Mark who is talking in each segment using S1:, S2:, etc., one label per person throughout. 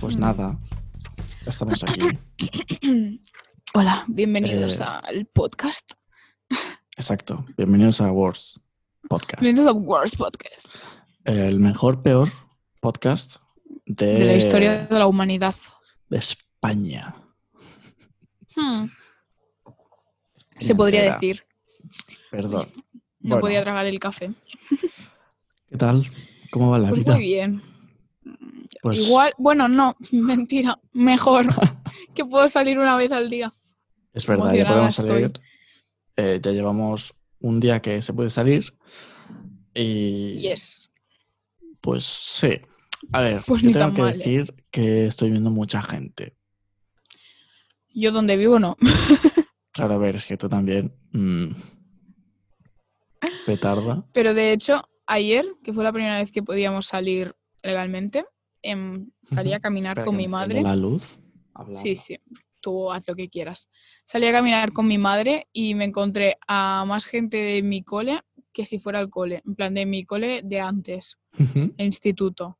S1: Pues
S2: Mm.
S1: estamos aquí.
S2: Hola, bienvenidos
S1: Eh,
S2: al podcast.
S1: Exacto. Bienvenidos a Wars Podcast.
S2: Bienvenidos a Worst Podcast
S1: El mejor, peor podcast de,
S2: de la historia de la humanidad.
S1: de España.
S2: Hmm, Se podría
S1: entera.
S2: decir.
S1: Perdón.
S2: No
S1: Bueno,
S2: podía tragar el café.
S1: ¿Qué tal? ¿Cómo va la
S2: Pues
S1: vida?
S2: muy bien.
S1: Pues
S2: Igual, bueno, no, mentira. Mejor que puedo salir una vez al día.
S1: es verdad, ya
S2: emocionada
S1: podemos
S2: estoy.
S1: salir. Eh, ya llevamos un día que se puede salir. Y
S2: Yes.
S1: pues sí. A ver,
S2: Pues
S1: yo
S2: ni
S1: tengo
S2: tan
S1: que
S2: mal, ¿eh?
S1: decir que estoy viendo mucha gente.
S2: Yo donde vivo no.
S1: Claro, a ver, es que tú también. mm, petarda.
S2: Pero de hecho, ayer, que fue la primera vez que podíamos salir legalmente, em, salí a
S1: Ujú.
S2: caminar
S1: Espera
S2: con
S1: que
S2: mi
S1: me enciendo
S2: madre.
S1: la luz? Habla,
S2: Sí,
S1: habla.
S2: sí, tú haz lo que quieras. Salí a caminar con mi madre y me encontré a más gente de mi cole que si fuera el cole, en plan de mi cole de antes,
S1: Ujú.
S2: el instituto.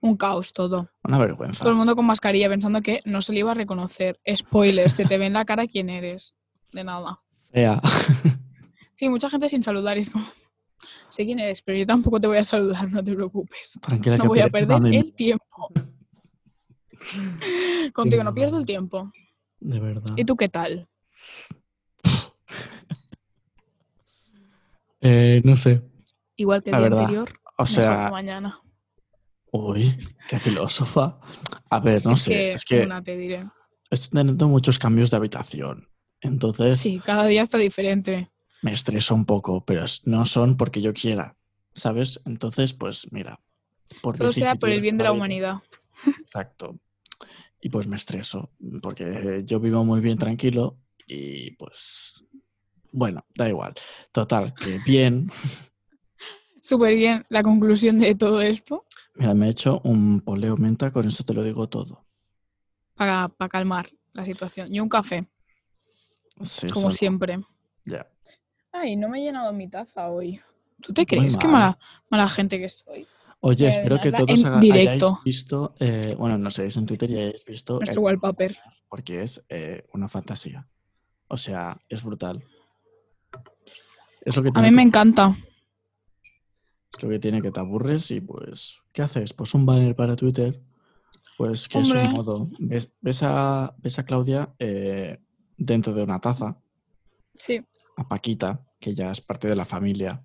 S2: Un caos todo.
S1: Una vergüenza.
S2: Todo el mundo con mascarilla pensando que no se le iba a reconocer. Spoiler, se te ve en la cara quién eres. De nada.
S1: Ea.
S2: Sí, mucha gente sin saludar y es como, sé quién eres, pero yo tampoco te voy a saludar, no te preocupes.
S1: Tranquila,
S2: No
S1: que
S2: voy a
S1: pe-
S2: perder
S1: dame-
S2: el tiempo. Contigo no Ah. pierdo el tiempo.
S1: De verdad.
S2: ¿Y tú qué tal?
S1: Eh, no sé.
S2: Igual que el
S1: La
S2: día
S1: verdad.
S2: anterior,
S1: O
S2: mejor que
S1: sea,
S2: mañana.
S1: uy, qué filósofa. A ver, no
S2: es
S1: sé.
S2: que,
S1: es que
S2: una te diré.
S1: estoy teniendo muchos cambios de habitación. Entonces
S2: Sí, cada día está diferente.
S1: me estreso un poco, pero es- no son porque yo quiera, ¿sabes? Entonces, pues mira. Por
S2: Todo sea por el
S1: vicisitudes
S2: bien de la
S1: vida.
S2: humanidad.
S1: Exacto. Y pues me estreso, porque yo vivo muy bien tranquilo y pues, bueno, da igual. Total, que bien.
S2: Súper bien la conclusión de todo esto
S1: Mira, me he hecho un poleo menta, con eso te lo digo todo.
S2: para, para calmar la situación. Y un café,
S1: Sí,
S2: como
S1: eso-
S2: siempre.
S1: ya.
S2: Ay, no me he llenado mi taza hoy. ¿Tú te
S1: Muy
S2: crees? Qué
S1: mal.
S2: mala, mala gente que soy.
S1: Oye,
S2: Voy a
S1: espero que
S2: llenarla
S1: todos
S2: Eh, en
S1: haga- hayáis
S2: directo.
S1: visto, eh, bueno, no sé, es en Twitter y hayáis visto,
S2: Nuestro
S1: el-
S2: wallpaper.
S1: porque es eh, una fantasía. O sea, es brutal. Es lo que
S2: A
S1: tiene
S2: mí
S1: que
S2: me encanta.
S1: Creo que tiene que te aburres y pues, ¿qué haces? Pues un banner para Twitter. Pues que es
S2: Hombre.
S1: un modo. Ves, ves a, ves a Claudia eh, dentro de una taza,
S2: Sí,
S1: a Paquita, que ya es parte de la familia.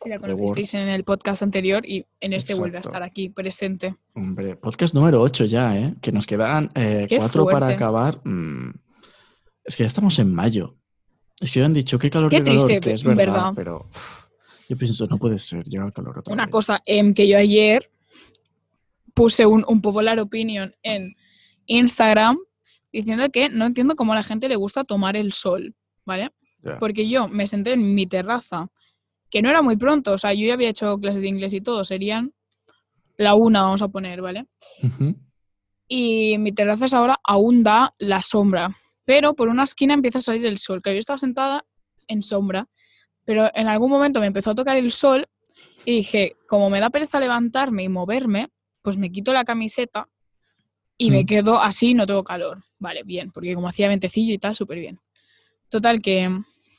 S2: si la
S1: The
S2: conocisteis
S1: worst.
S2: en el podcast anterior y en este vuelve a
S1: Exacto.
S2: estar aquí presente.
S1: Hombre, podcast número 8 ya, ¿eh? Que nos quedan eh,
S2: Qué
S1: cuatro para
S2: fuerte.
S1: acabar. Mm, Es que ya estamos en mayo. Es que ya han dicho qué calor,
S2: Qué
S1: qué, calor,
S2: triste,
S1: que es
S2: en
S1: verdad,
S2: verdad.
S1: pero uf, yo pienso, no puede ser, llega el calor otra
S2: Una
S1: vez.
S2: cosa em, que yo ayer puse un, un popular opinion en Instagram diciendo que no entiendo cómo a la gente le gusta tomar el sol, ¿vale?
S1: Ya.
S2: Porque yo me senté en mi terraza, que no era muy pronto, o sea, yo ya había hecho clases de inglés y todo, serían la una, vamos a poner, ¿vale?
S1: Ujú.
S2: Y mi terraza es ahora aún da la sombra, pero por una esquina empieza a salir el sol, que yo estaba sentada en sombra, pero en algún momento me empezó a tocar el sol y dije, como me da pereza levantarme y moverme, pues me quito la camiseta y me
S1: Mm.
S2: quedo así y no tengo calor. Vale, bien, porque como hacía ventecillo y tal, súper bien. Total que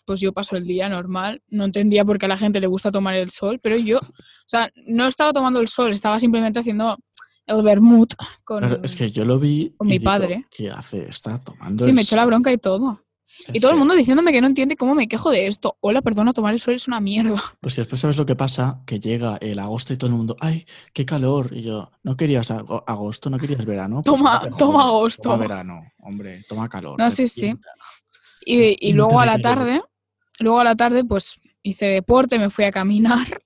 S2: pues yo paso el día normal, no entendía por qué a la gente le gusta tomar el sol, pero yo, o sea, no estaba tomando el sol, estaba simplemente haciendo el vermut con...
S1: Claro, es que yo lo vi.
S2: con
S1: y
S2: mi
S1: digo,
S2: padre.
S1: ¿Qué hace? Está tomando.
S2: Sí,
S1: el
S2: me echó la
S1: sol".
S2: bronca y todo.
S1: O sea,
S2: Y
S1: es
S2: todo el
S1: que-
S2: mundo diciéndome que no entiende cómo me quejo de esto. Hola, perdona, tomar el sol es una mierda.
S1: Pues si después sabes lo que pasa, que llega el agosto y todo el mundo, ¡ay, qué calor! Y yo, ¿no querías ago- agosto? ¿No querías verano? Pues
S2: Toma-
S1: no te
S2: toma
S1: jodas,
S2: agosto.
S1: Toma verano, hombre, toma calor.
S2: No,
S1: te
S2: sí, sí.
S1: pinta.
S2: Y, y
S1: Mm,
S2: luego a la
S1: terrible.
S2: tarde, luego a la tarde, pues hice deporte, me fui a caminar.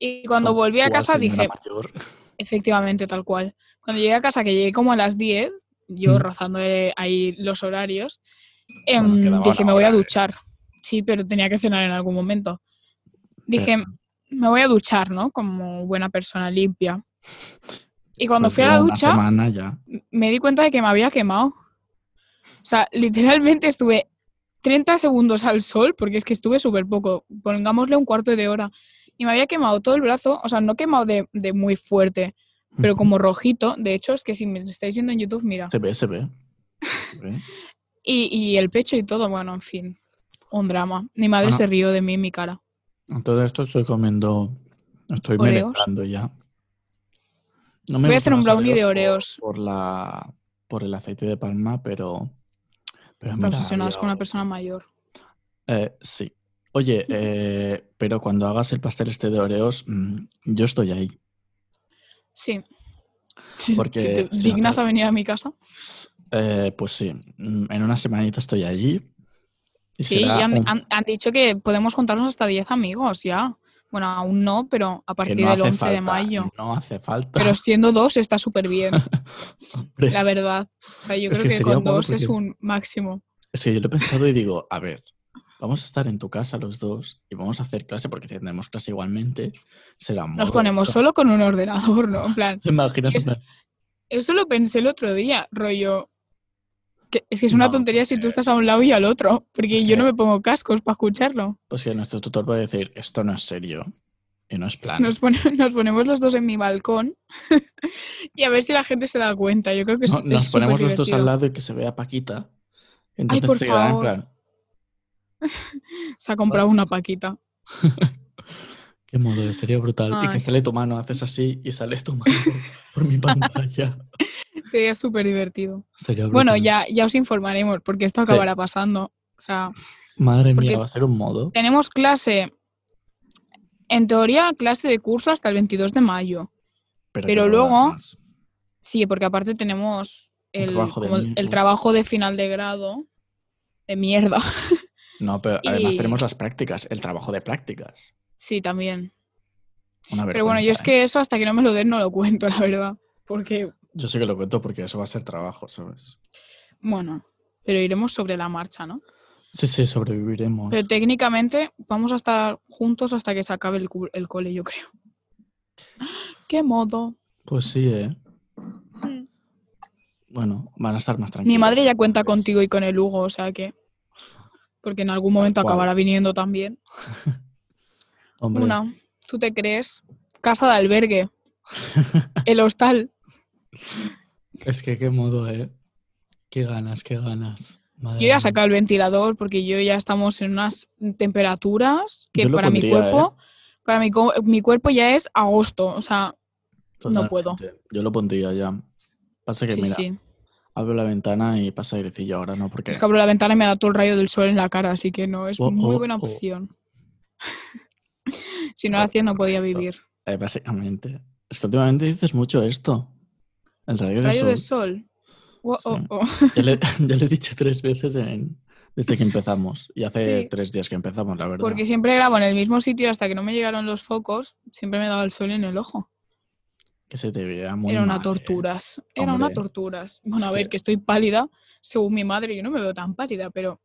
S2: Y cuando
S1: Como
S2: volví a
S1: tú,
S2: casa
S1: señora
S2: dije,
S1: mayor.
S2: efectivamente, tal cual. Cuando llegué a casa, que llegué como a las 10, yo
S1: Mm.
S2: rozando eh, ahí los horarios,
S1: Bueno,
S2: em,
S1: quedaba
S2: dije,
S1: una
S2: me voy a
S1: hora, eh".
S2: duchar. Sí, pero tenía que cenar en algún momento. Dije,
S1: Eh.
S2: me voy a duchar, ¿no? Como buena persona limpia. Y cuando
S1: Pues
S2: fui a la
S1: lleva una
S2: ducha,
S1: semana ya.
S2: m- me di cuenta de que me había quemado. O sea, literalmente estuve 30 segundos al sol, porque es que estuve súper poco, pongámosle un cuarto de hora, y me había quemado todo el brazo, o sea, no quemado de, de muy fuerte, pero como rojito. De hecho, es que si me estáis viendo en YouTube, mira.
S1: Se ve, se ve. Se ve.
S2: Y, y el pecho y todo, bueno, en fin. Un drama. Mi madre
S1: Bueno.
S2: se rió de mí en mi cara.
S1: Ah, A Todo esto estoy comiendo, estoy
S2: Oreos.
S1: merendando ya. No me
S2: Voy
S1: gustan
S2: a hacer un
S1: los
S2: brownie de Oreos.
S1: Por, por la, por el aceite de palma, pero... pero
S2: Están
S1: mira,
S2: obsesionadas
S1: yo-
S2: con una persona mayor.
S1: Eh, sí. Oye, eh, pero cuando hagas el pastel este de Oreos, mm, yo estoy ahí.
S2: Sí. Si-
S1: Porque
S2: si te
S1: si no
S2: dignas
S1: te-
S2: a venir a mi casa.
S1: S- eh, pues sí, mm, en una semanita estoy allí. Y
S2: Sí,
S1: será
S2: y han,
S1: un-
S2: han- han dicho que podemos juntarnos hasta 10 amigos ya. Bueno, aún no, pero a
S1: que
S2: partir
S1: no
S2: del
S1: hace
S2: 11
S1: falta,
S2: de mayo.
S1: No hace falta.
S2: Pero siendo dos está súper bien,
S1: hombre.
S2: la verdad. O sea, yo
S1: Es
S2: creo
S1: que
S2: que,
S1: sería
S2: con
S1: guapo
S2: dos es
S1: porque-
S2: un máximo.
S1: Es que yo lo he pensado y digo, a ver, vamos a estar en tu casa los dos y vamos a hacer clase porque tendremos clase igualmente. Será
S2: Nos ponemos solo con un ordenador, ¿no? En plan,
S1: ¿Te imaginas? En
S2: Es-
S1: plan,
S2: eso lo pensé el otro día, rollo. que- es que es una
S1: No,
S2: tontería si tú
S1: eh,
S2: estás a un lado y al otro, porque
S1: es
S2: yo no
S1: que-
S2: me pongo cascos para escucharlo.
S1: Pues que nuestro tutor puede decir, esto no es serio y no es plan.
S2: Nos, pone- nos ponemos los dos en mi balcón y a ver si la gente se da cuenta. Yo creo que es-
S1: No,
S2: Pues es
S1: nos ponemos los dos
S2: superdivertido.
S1: al lado y que se vea Paquita. Entonces
S2: por
S1: se quedarán en
S2: favor.
S1: plan,
S2: Se ha comprado una paquita.
S1: qué modo, sería brutal. Y que
S2: Ay.
S1: sale tu mano, haces así y sale tu mano por, por mi pantalla.
S2: Sería súper divertido.
S1: Sería brutal.
S2: Bueno, ya, ya os informaremos porque esto
S1: Sí.
S2: acabará pasando. O sea,
S1: Madre
S2: porque- Eh,
S1: mía, va a ser un modo.
S2: tenemos clase, en teoría, clase de curso hasta el 22 de mayo. pero
S1: que no
S2: luego-
S1: dan más.
S2: Sí, porque aparte tenemos el,
S1: trabajo de
S2: como el- el
S1: mierda.
S2: trabajo de final de grado de mierda.
S1: No, pero además
S2: Y-
S1: tenemos las prácticas, el trabajo de prácticas.
S2: Sí, también.
S1: Una
S2: Pero bueno, yo es
S1: vergüenza, ¿eh?
S2: que eso hasta que no me lo den no lo cuento, la verdad. Porque,
S1: Yo sé que lo cuento porque eso va a ser trabajo, ¿sabes?
S2: bueno, pero iremos sobre la marcha, ¿no?
S1: Sí, sí, sobreviviremos.
S2: Pero técnicamente vamos a estar juntos hasta que se acabe el, cu- el cole, yo creo. ¡Ah! ¡Qué modo!
S1: Pues sí, ¿eh? Bueno, van a estar más tranquilos.
S2: Mm. Mi madre ya cuenta
S1: entonces.
S2: contigo y con el Hugo, o sea que... Porque en algún momento
S1: cual.
S2: acabará viniendo también.
S1: Hombre,
S2: Una, ¿tú te crees? Casa de albergue. El hostal.
S1: es que qué modo, ¿eh? Qué ganas, qué ganas. Madre
S2: Yo ya he
S1: mía.
S2: sacado el ventilador porque yo ya estamos en unas temperaturas que
S1: Yo lo
S2: para mi
S1: pondría, ¿eh?
S2: cuerpo... Para mi, co- mi cuerpo ya es agosto, o sea, no puedo.
S1: Totalmente. Yo lo pondría ya. Pasa que,
S2: sí,
S1: mira,
S2: sí.
S1: abro la ventana y pasa airecillo ahora, ¿no? Porque...
S2: Es que abro la ventana y me da todo el rayo del sol en la cara, así que no, es
S1: Oh,
S2: muy
S1: oh,
S2: buena
S1: oh.
S2: opción. si no lo hacía, no podía vivir.
S1: Eh, básicamente. Es que últimamente dices mucho esto. El rayo,
S2: Rayo
S1: de
S2: de
S1: sol.
S2: sol. Oh,
S1: Sí.
S2: oh, oh.
S1: Ya le, ya le he dicho tres veces en- desde que empezamos. Y hace
S2: Sí.
S1: tres días que empezamos, la verdad.
S2: Porque siempre grabo en el mismo sitio hasta que no me llegaron los focos, siempre me daba el sol en el ojo.
S1: Que se te vea muy
S2: Era
S1: mal,
S2: una
S1: ¿eh?
S2: torturas, era una
S1: Hombre.
S2: torturas. Bueno,
S1: Es
S2: a ver,
S1: que-
S2: que... estoy pálida, según mi madre, yo no me veo tan pálida, pero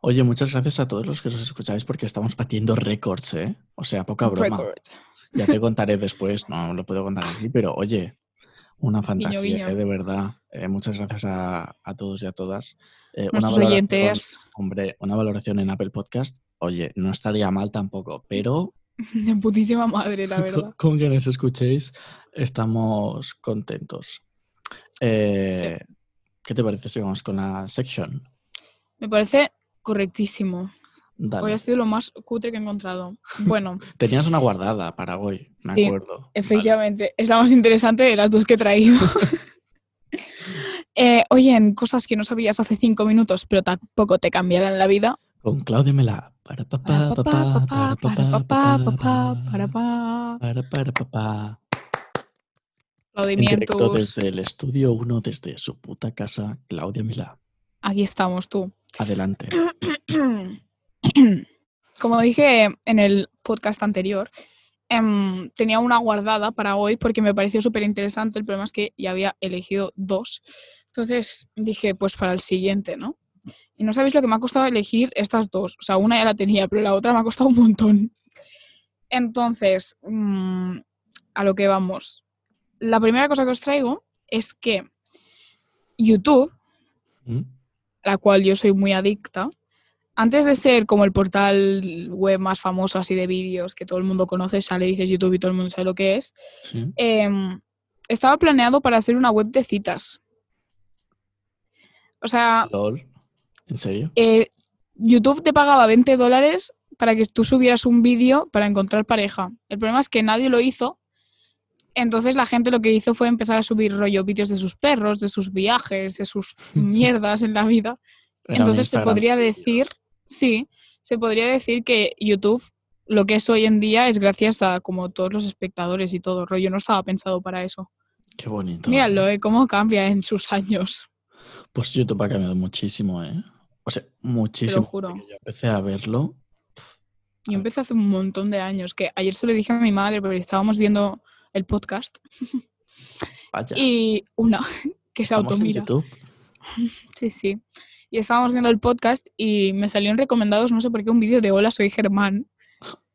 S1: Oye, muchas gracias a todos los que nos escucháis porque estamos batiendo récords, ¿eh? O sea, poca broma.
S2: record.
S1: Ya te contaré después, no lo puedo contar aquí, pero oye, una fantasía,
S2: guiño.
S1: ¿eh? de verdad. Eh, muchas gracias a, a todos y a todas. Eh, una
S2: Nuestros
S1: valoración-
S2: oyentes
S1: Hombre, una valoración en Apple Podcast, oye, no estaría mal tampoco, pero
S2: de putísima madre, la verdad.
S1: con, con que nos escuchéis estamos contentos. Eh, ¿Qué te parece si vamos con la section?
S2: Me parece correctísimo.
S1: Dale.
S2: Hoy ha sido lo más cutre que he encontrado. Bueno,
S1: Tenías una guardada para hoy, me
S2: Sí,
S1: acuerdo. Vale.
S2: Efectivamente, es la más interesante de las dos que he traído. Eh, oye, en cosas que no sabías hace cinco minutos, pero tampoco te cambiarán la vida.
S1: Con Claudio Mela. Para
S2: Para
S1: papá, papá,
S2: pa,
S1: para
S2: pa, pa, para pa, pa, pa, pa, para pa.
S1: Para para papá. En directo
S2: Aplaudimientos.
S1: desde el estudio 1, desde su puta casa, Claudia Milá.
S2: Aquí estamos tú.
S1: Adelante.
S2: Como dije en el podcast anterior, em, tenía una guardada para hoy porque me pareció súper interesante. El problema es que ya había elegido dos. Entonces dije, pues para el siguiente, ¿no? Y no sabéis lo que me ha costado elegir estas dos. O sea, una ya la tenía, pero la otra me ha costado un montón. Entonces, mm, a lo que vamos. La primera cosa que os traigo es que YouTube
S1: ¿Mm?
S2: la cual yo soy muy adicta, antes de ser como el portal web más famoso así de vídeos que todo el mundo conoce, sale, dices YouTube y todo el mundo sabe lo que es,
S1: Sí.
S2: em, Estaba planeado para hacer una web de citas. O sea,
S1: LOL. ¿En serio?
S2: eh, YouTube te pagaba 20 dólares para que tú subieras un vídeo para encontrar pareja. El problema es que nadie lo hizo. Entonces la gente lo que hizo fue empezar a subir rollo vídeos de sus perros, de sus viajes, de sus mierdas en la vida.
S1: Era un
S2: Entonces se
S1: Instagram.
S2: podría decir, sí, se podría decir que YouTube lo que es hoy en día es gracias a como todos los espectadores y todo rollo. No estaba pensado para eso.
S1: Qué bonito.
S2: Míralo, eh, cómo cambia en sus años.
S1: Pues YouTube ha cambiado muchísimo, ¿eh? O sea,
S2: Te
S1: muchísimo.
S2: lo juro.
S1: Yo empecé a verlo.
S2: Yo empecé hace un montón de años, que ayer se lo dije a mi madre, pero estábamos viendo el podcast
S1: Vaya.
S2: y una que se
S1: estamos en
S2: automira.
S1: YouTube.
S2: Sí, sí. Y estábamos viendo el podcast y me salió en recomendados, no sé por qué, un vídeo de Hola, soy Germán.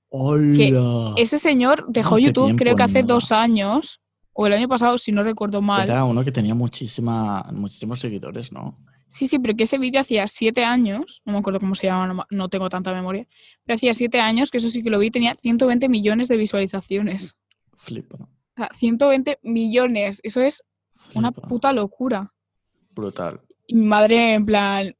S1: ¡Hola!
S2: Ese señor dejó
S1: hace
S2: YouTube creo
S1: Ah. tiempo
S2: que hace
S1: nada.
S2: dos años, o el año pasado, si no recuerdo mal.
S1: Era uno que tenía muchísima, muchísimos seguidores, ¿no?
S2: Sí, sí, pero que ese vídeo hacía siete años, no me acuerdo cómo se llama, no, ma- no tengo tanta memoria, pero hacía siete años que eso sí que lo vi, tenía 120 millones de visualizaciones.
S1: Flipa.
S2: O sea, 120 millones, eso es una
S1: flipa.
S2: puta locura.
S1: Brutal.
S2: Y mi madre en plan,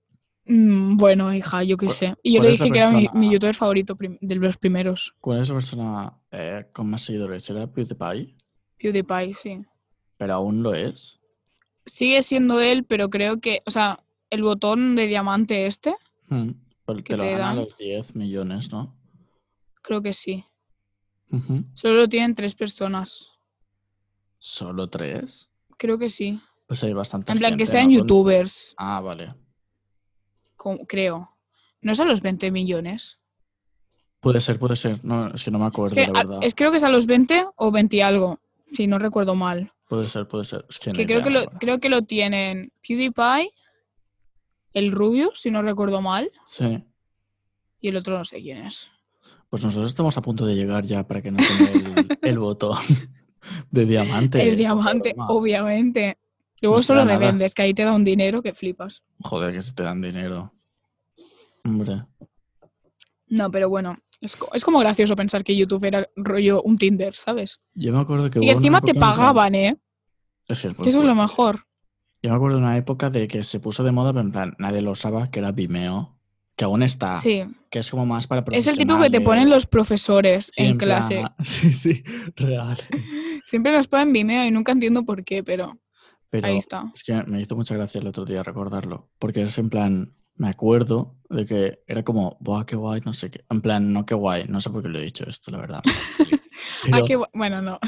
S2: "Mm, bueno, hija, yo qué
S1: ¿Cuál-
S2: sé. Y yo
S1: cuál
S2: le
S1: es la
S2: dije que era mi,
S1: persona? ah.
S2: mi youtuber favorito prim- de los primeros,
S1: ¿Cuál es la persona eh, con más seguidores? ¿Era PewDiePie?
S2: PewDiePie, sí.
S1: Pero aún lo es.
S2: Sigue siendo él, pero creo que, o sea, el botón de diamante este,
S1: Hmm. Pero
S2: Que
S1: te lo
S2: te
S1: dan a
S2: dan.
S1: los 10 millones, ¿no?
S2: creo que sí.
S1: Ujú.
S2: Solo lo tienen tres personas,
S1: ¿Solo tres?
S2: creo que sí.
S1: Pues hay bastante
S2: En plan, que
S1: gente,
S2: sean
S1: ¿no? Con-
S2: youtubers,
S1: Ah, vale.
S2: co- creo. No son los 20 millones.
S1: Puede ser, puede ser. No, es que no me
S2: Es
S1: acuerdo,
S2: que,
S1: la
S2: a-
S1: verdad.
S2: es- creo que es a los 20 o 20 y algo, si no recuerdo mal.
S1: Puede ser, puede ser. Es que, no
S2: Que
S1: hay
S2: creo,
S1: idea
S2: que lo,
S1: ahora.
S2: creo que lo tienen PewDiePie, el Rubio, si no recuerdo mal,
S1: Sí.
S2: y el otro no sé quién es.
S1: Pues nosotros estamos a punto de llegar ya para que no tenga el, el botón de diamante.
S2: el diamante,
S1: broma.
S2: obviamente. Luego
S1: No será
S2: solo le
S1: nada.
S2: vendes, que ahí te da un dinero que flipas.
S1: Joder, que se te dan dinero. Hombre.
S2: No, pero bueno, es, co- es como gracioso pensar que YouTube era rollo un Tinder, ¿sabes?
S1: Yo me acuerdo que.
S2: Y
S1: hubo
S2: que
S1: una
S2: encima
S1: época
S2: te
S1: en que-
S2: pagaban, ¿eh?
S1: Es que es muy
S2: Que eso es lo
S1: fuerte.
S2: mejor.
S1: Yo me acuerdo de una época de que se puso de moda, pero en plan, nadie lo usaba, que era Vimeo, que aún está,
S2: Sí.
S1: que es como más para
S2: Es el tipo que te ponen los
S1: profesionales,
S2: profesores
S1: sí,
S2: en clase.
S1: plan- Sí, sí, real.
S2: Siempre nos ponen Vimeo y nunca entiendo por qué, pero
S1: Pero
S2: ahí está.
S1: es que me hizo mucha gracia el otro día recordarlo, porque es en plan, me acuerdo de que era como, buah, qué guay, no sé qué. En plan, no, qué guay, no sé por qué lo he dicho esto, la verdad.
S2: Ah,
S1: Pero-
S2: qué bu- bueno, no.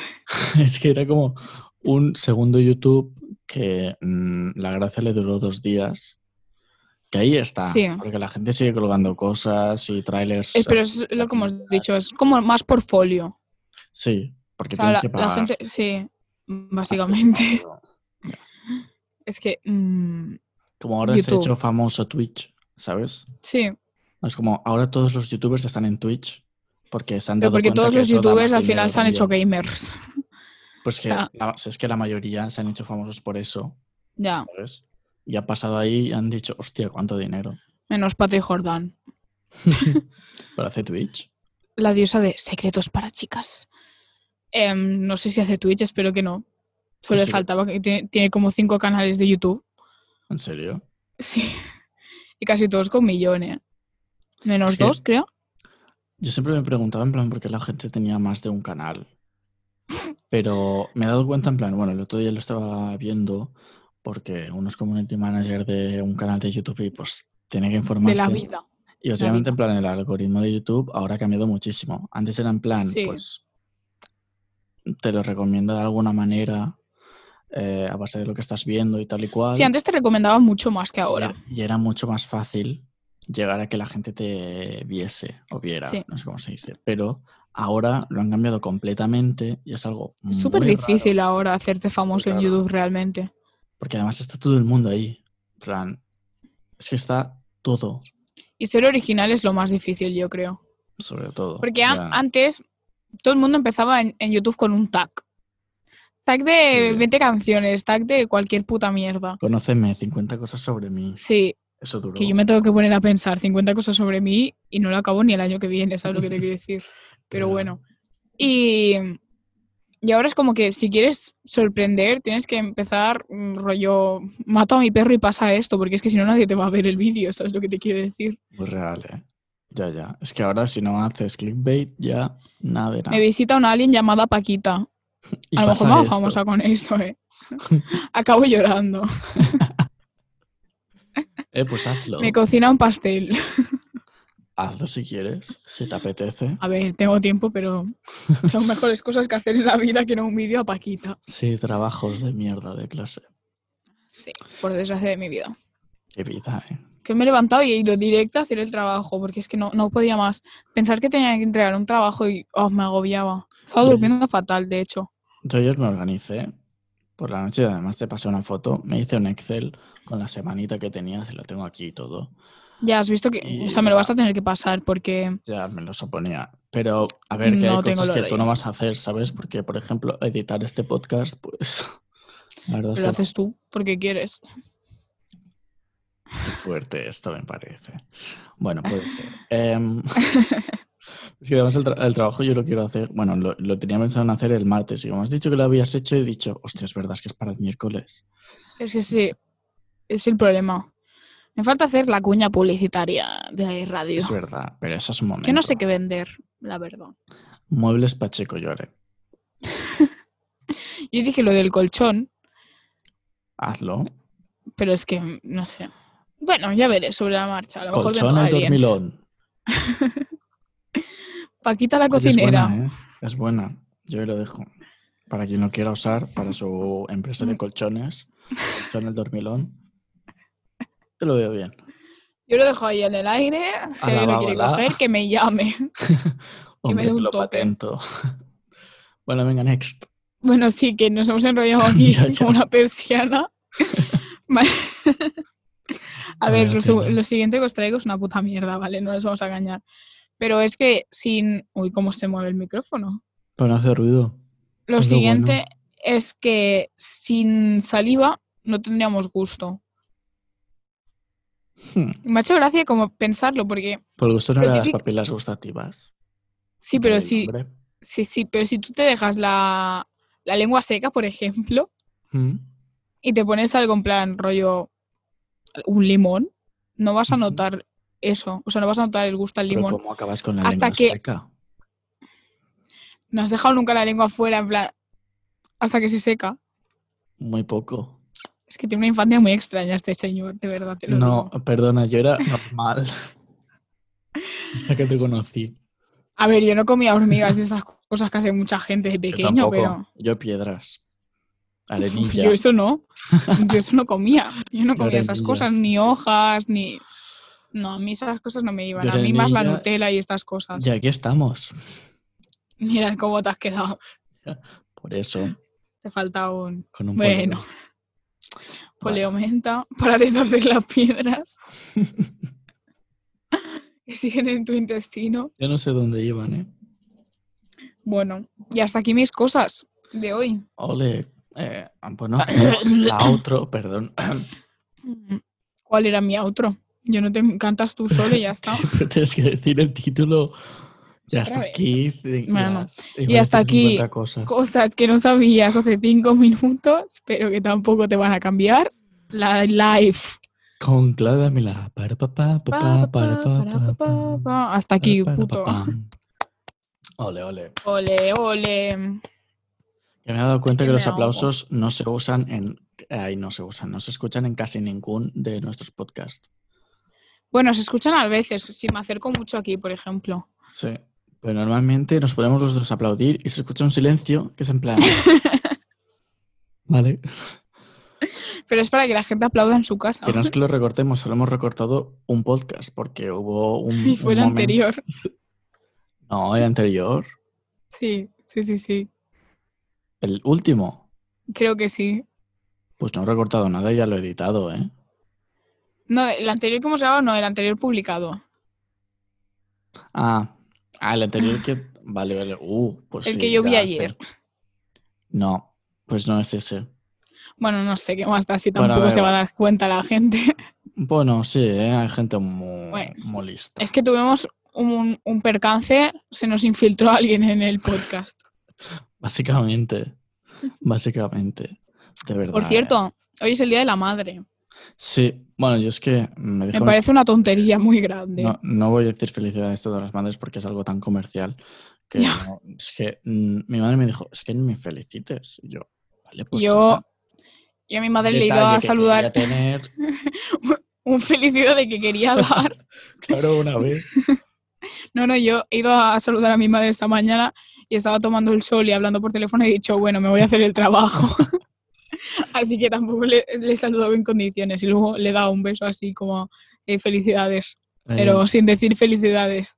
S1: Es que era como un segundo YouTube que mm, la gracia le duró dos días. Que ahí está.
S2: Sí.
S1: Porque la gente sigue colgando cosas y trailers.
S2: Eh, pero
S1: así,
S2: es lo que hemos
S1: gratuitas.
S2: dicho, es como más portfolio.
S1: Sí, porque
S2: O sea,
S1: tienes
S2: la,
S1: que
S2: la
S1: pagar.
S2: gente, sí,
S1: antes,
S2: básicamente.
S1: ¿no?
S2: Es que, mm,
S1: Como ahora se ha
S2: YouTube.
S1: hecho famoso Twitch, ¿sabes?
S2: sí,
S1: Es como ahora todos los YouTubers están en Twitch porque se han
S2: pero
S1: dado
S2: porque
S1: cuenta
S2: todos
S1: que
S2: los
S1: eso da más
S2: youtubers al
S1: dinero
S2: final se han hecho
S1: también.
S2: gamers.
S1: Pues que,
S2: o sea-
S1: la- es que la mayoría se han hecho famosos por eso,
S2: Ya,
S1: ¿sabes? Y han pasado ahí y han dicho, hostia, cuánto dinero.
S2: menos Patrick Jordan,
S1: Para hacer Twitch.
S2: la diosa de secretos para chicas. Em, no sé si hace Twitch, espero que no. Solo
S1: Pues
S2: le
S1: sí.
S2: faltaba que tiene- tiene como cinco canales de YouTube.
S1: ¿En serio?
S2: Sí. Y casi todos con millones. Menos
S1: Es que-
S2: dos, creo.
S1: Yo siempre me preguntaba en plan por qué la gente tenía más de un canal. Pero me he dado cuenta en plan, bueno, el otro día lo estaba viendo porque uno es community manager de un canal de YouTube y pues tiene que informarse.
S2: De la vida.
S1: Y básicamente
S2: vida.
S1: en plan el algoritmo de YouTube ahora ha cambiado muchísimo. Antes era en plan,
S2: Sí.
S1: pues te lo recomienda de alguna manera eh, a base de lo que estás viendo y tal y cual.
S2: Sí, antes te recomendaba mucho más que
S1: Y
S2: ahora.
S1: era- Y era mucho más fácil llegar a que la gente te viese o viera,
S2: Sí.
S1: no sé cómo se dice. Pero ahora lo han cambiado completamente y es algo
S2: Es súper
S1: muy
S2: difícil
S1: raro,
S2: ahora hacerte famoso en
S1: raro.
S2: YouTube realmente.
S1: porque además está todo el mundo ahí. En plan, es que está todo,
S2: Y ser original es lo más difícil, yo creo.
S1: sobre todo.
S2: Porque
S1: O
S2: an-
S1: sea,
S2: antes todo el mundo empezaba en, en YouTube con un tag. Tag de
S1: Sí.
S2: 20 canciones, tag de cualquier puta mierda.
S1: Conóceme 50 cosas sobre mí.
S2: Sí,
S1: Eso duró.
S2: que yo me tengo que poner a pensar 50 cosas sobre mí y no lo acabo ni el año que viene, ¿sabes lo que te quiero decir? Pero
S1: Claro.
S2: bueno. Y Y ahora es como que si quieres sorprender, tienes que empezar mm, rollo, mato a mi perro y pasa esto, porque es que si no nadie te va a ver el vídeo, ¿sabes lo que te quiero decir?
S1: Muy real, ¿eh? Ya, ya. Es que ahora si no haces clickbait, ya nada de nada.
S2: Me visita un alien llamada Paquita.
S1: Y
S2: a lo mejor
S1: pasa
S2: me hago
S1: esto.
S2: famosa con eso, ¿eh? Acabo llorando.
S1: Eh, pues hazlo.
S2: Me cocina un pastel.
S1: Hazlo si quieres, si te apetece.
S2: A ver, tengo tiempo, pero tengo mejores cosas que hacer en la vida que no un vídeo a Paquita.
S1: Sí, trabajos de mierda de clase.
S2: Sí, por desgracia de mi vida.
S1: Qué vida, ¿eh?
S2: que me he levantado y he ido directo a hacer el trabajo, porque es que no, no podía más. Pensar que tenía que entregar un trabajo y oh, me agobiaba. Estaba
S1: Oye.
S2: durmiendo fatal, de hecho.
S1: Yo ayer me organicé por la noche, además te pasé una foto, me hice un Excel con la semanita que tenías y lo tengo aquí y todo.
S2: Ya has visto que, o sea, me
S1: Ya.
S2: lo vas a tener que pasar, porque
S1: Ya me lo suponía. Pero, a ver, que
S2: No
S1: hay
S2: tengo
S1: cosas
S2: el
S1: que tú no
S2: horario.
S1: vas a hacer, ¿sabes? Porque, por ejemplo, editar este podcast, pues. La verdad es que
S2: lo haces tú, porque quieres.
S1: no. Qué fuerte esto me parece. Bueno, puede ser. Em, es que además el, tra- el trabajo yo lo quiero hacer. Bueno, lo, lo tenía pensado en hacer el martes. Y como has dicho que lo habías hecho, he dicho, hostia, es verdad, es que es para el miércoles.
S2: Es que sí, es el problema. Me falta hacer la cuña publicitaria de la radio.
S1: Es verdad, pero eso es un momento.
S2: Que no sé qué vender, la verdad.
S1: Muebles Pacheco llore.
S2: Yo dije lo del colchón,
S1: Hazlo.
S2: pero es que no sé. Bueno, ya veré sobre la marcha. A lo mejor
S1: Colchón
S2: vendo
S1: el
S2: aliens.
S1: dormilón.
S2: Paquita la
S1: Oye,
S2: cocinera.
S1: Es buena, ¿eh? Es buena. Yo ahí lo dejo. Para quien lo quiera usar, para su empresa
S2: Mm.
S1: de colchones, colchón el dormilón. Yo lo veo bien.
S2: Yo lo dejo ahí en el aire. Si alguien lo quiere
S1: Alabábala.
S2: coger, que me llame.
S1: Hombre,
S2: dé un
S1: que lo
S2: toque.
S1: patento. bueno, venga, next.
S2: Bueno, sí, que nos hemos enrollado aquí
S1: Ya, ya.
S2: como una persiana. Ma- a
S1: A
S2: ver,
S1: ver,
S2: lo, segu-
S1: dime.
S2: lo siguiente que os traigo es una puta mierda, ¿vale? No les vamos a engañar. Pero es que sin... Uy, cómo se mueve el micrófono.
S1: Pero no hace ruido.
S2: Lo
S1: Es lo
S2: siguiente
S1: bueno.
S2: es que sin saliva no tendríamos gusto.
S1: Hmm.
S2: Y Me ha hecho gracia como pensarlo, porque
S1: Por gusto no
S2: Pero
S1: era las
S2: típico-
S1: papilas gustativas.
S2: sí, pero
S1: del
S2: si,
S1: hombre.
S2: sí, sí, pero si tú te dejas la, la lengua seca, por ejemplo,
S1: Hmm.
S2: y te pones algo en plan rollo un limón, no vas a
S1: Ujú.
S2: notar eso, o sea, no vas a notar el gusto al
S1: Pero
S2: limón.
S1: ¿cómo acabas con la
S2: Hasta
S1: lengua
S2: que-
S1: seca?
S2: No has dejado nunca la lengua fuera, en plan, hasta que se seca.
S1: Muy poco.
S2: Es que tiene una infancia muy extraña este señor, de verdad te lo
S1: No,
S2: digo.
S1: perdona, yo era normal. Hasta que te conocí.
S2: A ver, yo no comía hormigas de esas cosas que hace mucha gente de
S1: Yo
S2: pequeño, pero
S1: tampoco. Yo piedras.
S2: uf,
S1: Arenilla.
S2: yo eso no. Yo eso no comía. Yo no
S1: Yo
S2: comía esas
S1: arenillas.
S2: cosas, ni hojas, ni. No, a mí esas cosas no me iban.
S1: Yo
S2: A mí más la
S1: arenilla-
S2: Nutella y estas cosas.
S1: Y aquí estamos.
S2: Mira cómo te has quedado.
S1: Por eso,
S2: Te falta un.
S1: con un
S2: Bueno.
S1: poleo.
S2: Poleomenta para deshacer las piedras que siguen en tu intestino.
S1: Yo no sé dónde iban, ¿eh?
S2: Bueno, y hasta aquí mis cosas de hoy.
S1: Ole. Eh, bueno, tenemos la otro, perdón.
S2: ¿Cuál era mi outro? Yo no te encantas tú solo y ya está.
S1: Siempre tienes que decir el título. Ya hasta
S2: vez.
S1: aquí. sí,
S2: Bueno,
S1: las- igual
S2: hasta
S1: tienes
S2: aquí.
S1: 50 cosas.
S2: Cosas que no sabías hace cinco minutos, pero que tampoco te van a cambiar. La life.
S1: Con Clara Milá. Para, pa, pa, pa,
S2: Pa,
S1: pa,
S2: pa,
S1: para, pa,
S2: para, pa,
S1: pa,
S2: pa,
S1: pa.
S2: pa. Hasta aquí,
S1: Para, para,
S2: puto.
S1: pa, pam. Ole, ole.
S2: Ole, ole.
S1: Que me he dado cuenta
S2: Aquí
S1: que
S2: me
S1: los
S2: ahogo.
S1: aplausos no se usan en. Ay, no se usan, no se escuchan en casi ningún de nuestros podcasts.
S2: Bueno, se escuchan a veces. Si me acerco mucho aquí, por ejemplo.
S1: Sí. Pero normalmente nos podemos los dos aplaudir y se escucha un silencio que es en plan. vale.
S2: Pero es para que la gente aplauda en su casa.
S1: Que no es que lo recortemos, solo hemos recortado un podcast porque hubo un.
S2: Y fue
S1: un
S2: el
S1: momento-
S2: anterior.
S1: No, el anterior.
S2: Sí, sí, sí, sí.
S1: El último.
S2: Creo que sí.
S1: Pues no he recortado nada y ya lo he editado, ¿eh?
S2: No, el anterior que hemos grabado, no, el anterior publicado.
S1: Ah, ah, el anterior que. Vale, vale. Uh, pues
S2: El
S1: sí,
S2: que yo vi
S1: ya
S2: ayer.
S1: hace- No, pues no es ese.
S2: Bueno, no sé qué más da, si
S1: Bueno,
S2: tampoco
S1: da
S2: se va a
S1: igual.
S2: dar cuenta la gente.
S1: Bueno, sí, ¿eh? hay gente muy,
S2: Bueno,
S1: muy lista.
S2: Es que tuvimos un, un percance, se nos infiltró alguien en el podcast.
S1: Básicamente. Básicamente. De verdad.
S2: Por
S1: eh.
S2: cierto, hoy es el Día de la Madre.
S1: Sí, bueno, yo es que me
S2: Me
S1: dijo.
S2: parece una tontería muy grande.
S1: No, no voy a decir felicidades todas las madres porque es algo tan comercial que
S2: Ya.
S1: no- es que mm, mi madre me dijo, es que ni me felicites. Y yo, vale, pues.
S2: Yo-
S1: toma.
S2: Yo a mi madre le he ido
S1: Detalle
S2: a
S1: que
S2: saludar
S1: quería tener,
S2: un felicidad de que quería dar.
S1: claro, una vez.
S2: No, no, yo he ido a saludar a mi madre esta mañana y estaba tomando el sol y hablando por teléfono y he dicho, bueno, me voy a hacer el trabajo. así que tampoco le, le he saludado en condiciones y luego le he dado un beso así como eh, felicidades, pero
S1: Eh,
S2: sin decir felicidades.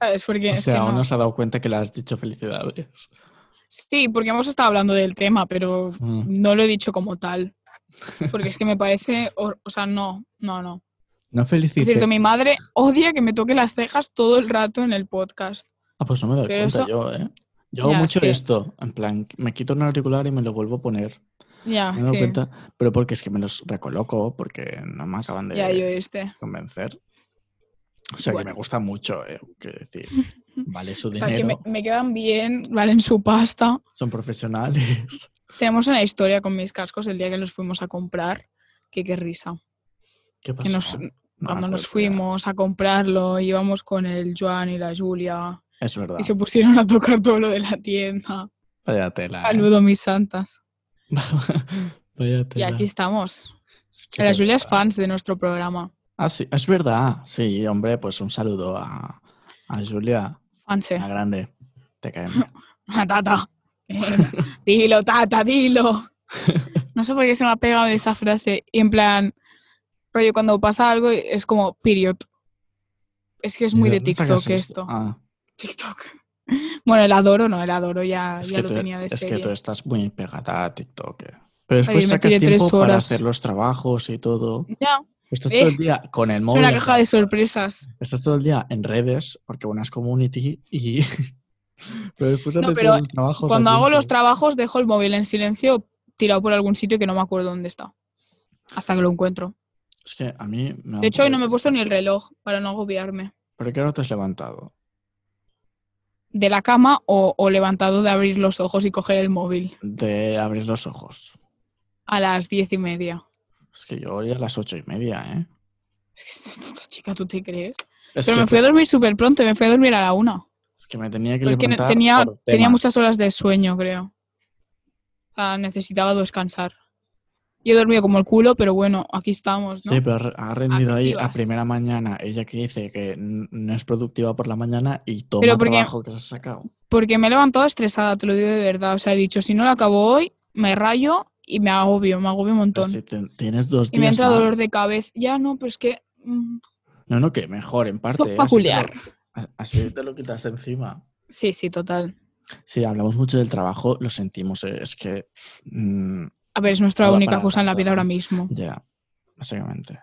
S2: ¿Sabes? Porque
S1: o
S2: es
S1: sea,
S2: que
S1: aún
S2: no.
S1: no se ha dado cuenta que le has dicho felicidades.
S2: Sí, porque hemos estado hablando del tema, pero
S1: Mm.
S2: no lo he dicho como tal. Porque es que me parece, hor- o sea, no, no, no.
S1: No
S2: Es
S1: felicites.
S2: cierto, mi madre odia que me toque las cejas todo el rato en el podcast.
S1: Ah, pues no me doy
S2: Pero
S1: cuenta
S2: eso-
S1: yo, ¿eh? Yo hago
S2: Ya, es
S1: mucho
S2: que-
S1: esto, en plan, me quito un auricular y me lo vuelvo a poner. No
S2: Ya,
S1: me doy
S2: Ah, sí.
S1: cuenta, pero porque es que me los recoloco, porque no me acaban de
S2: Ya, yo este.
S1: convencer. O sea,
S2: Bueno.
S1: que me gusta mucho, ¿eh? Quiero decir, vale su
S2: O sea,
S1: dinero,
S2: que me, me quedan bien, valen su pasta.
S1: son profesionales.
S2: Tenemos una historia con mis cascos el día que los fuimos a comprar. Que qué risa.
S1: Ah, ¿Qué
S2: Que
S1: pasó?
S2: nos,
S1: No me
S2: cuando
S1: acuerdo
S2: nos
S1: ya.
S2: fuimos a comprarlo, íbamos con el Joan y la Julia
S1: Es verdad.
S2: y se pusieron a tocar todo lo de la tienda.
S1: Vaya tela. ¿eh?
S2: Saludo, mis santas.
S1: Vaya
S2: Y
S1: tela.
S2: aquí estamos.
S1: Es que
S2: La
S1: de
S2: Julia es
S1: verdad.
S2: fans de nuestro programa.
S1: Ah, sí, es verdad. Sí, hombre, pues un saludo a, a Julia,
S2: Fanse.
S1: la grande. Te caemos.
S2: Ah, Tata. Venga, dilo, tata, dilo. No sé por qué se me ha pegado esa frase. Y en plan, rollo, cuando pasa algo es como, period. Es que es muy
S1: ¿Y
S2: de
S1: dónde
S2: TikTok
S1: sacas
S2: esto.
S1: Ah,
S2: TikTok. Bueno, el adoro no, el adoro ya,
S1: es
S2: Ah, ya
S1: que
S2: lo
S1: tú-
S2: tenía de
S1: es
S2: serie.
S1: que tú estás muy pegada a TikTok. eh. Pero después
S2: me
S1: sacas
S2: tiré tres
S1: tiempo para
S2: horas.
S1: hacer los trabajos y todo.
S2: Ya,
S1: Pues Estás
S2: Eh,
S1: todo el día con el
S2: soy
S1: móvil.
S2: una
S1: en
S2: caja de sorpresas.
S1: Estás todo el día en redes, porque una es community y. pero después
S2: No,
S1: haces
S2: pero
S1: todos los trabajos
S2: Cuando
S1: aquí.
S2: hago los trabajos dejo el móvil en silencio tirado por algún sitio que no me acuerdo dónde está. Hasta que lo encuentro.
S1: Es que a mí. Me da
S2: De
S1: un
S2: hecho, hoy
S1: poco
S2: no me he
S1: de-
S2: puesto ni el reloj para no agobiarme.
S1: ¿Pero qué hora te has levantado?
S2: De la cama o, o levantado de abrir los ojos y coger el móvil.
S1: De abrir los ojos.
S2: A las diez y media.
S1: Es que yo hoy a las ocho y media, ¿eh?
S2: Es que Esta chica, ¿tú te crees?
S1: Es,
S2: Pero
S1: que,
S2: me fui a
S1: te-
S2: dormir súper pronto, me fui a dormir a la una.
S1: es que me tenía que
S2: Pero es que ne-
S1: levantar.
S2: tenía,
S1: por
S2: tenía
S1: temas.
S2: muchas horas de sueño, creo. O sea, necesitaba descansar. Yo he dormido como el culo, pero bueno, aquí estamos, ¿no?
S1: Sí, pero re- ha rendido ahí a
S2: Activas.
S1: primera mañana. Ella que dice que n- no es productiva por la mañana y toma
S2: Pero
S1: el
S2: porque-
S1: trabajo que se ha sacado.
S2: Porque me he levantado estresada, te lo digo de verdad. O sea, he dicho, si no lo acabo hoy, me rayo y me agobio, me agobio
S1: Pero
S2: un montón.
S1: si te- Pues tienes dos
S2: y me
S1: días
S2: entra
S1: más.
S2: dolor de cabeza. Ya no, pero es que... mm,
S1: No, no, que mejor, en parte.
S2: Soy
S1: ¿eh? Así te lo-
S2: peculiar.
S1: a- así te lo quitas de encima.
S2: Sí, sí, total.
S1: Sí, hablamos mucho del trabajo, lo sentimos, eh, es que mm,
S2: A ver, es nuestra
S1: No da
S2: única
S1: para
S2: cosa en la
S1: tanto,
S2: vida ahora
S1: ¿no?
S2: mismo.
S1: ya, básicamente.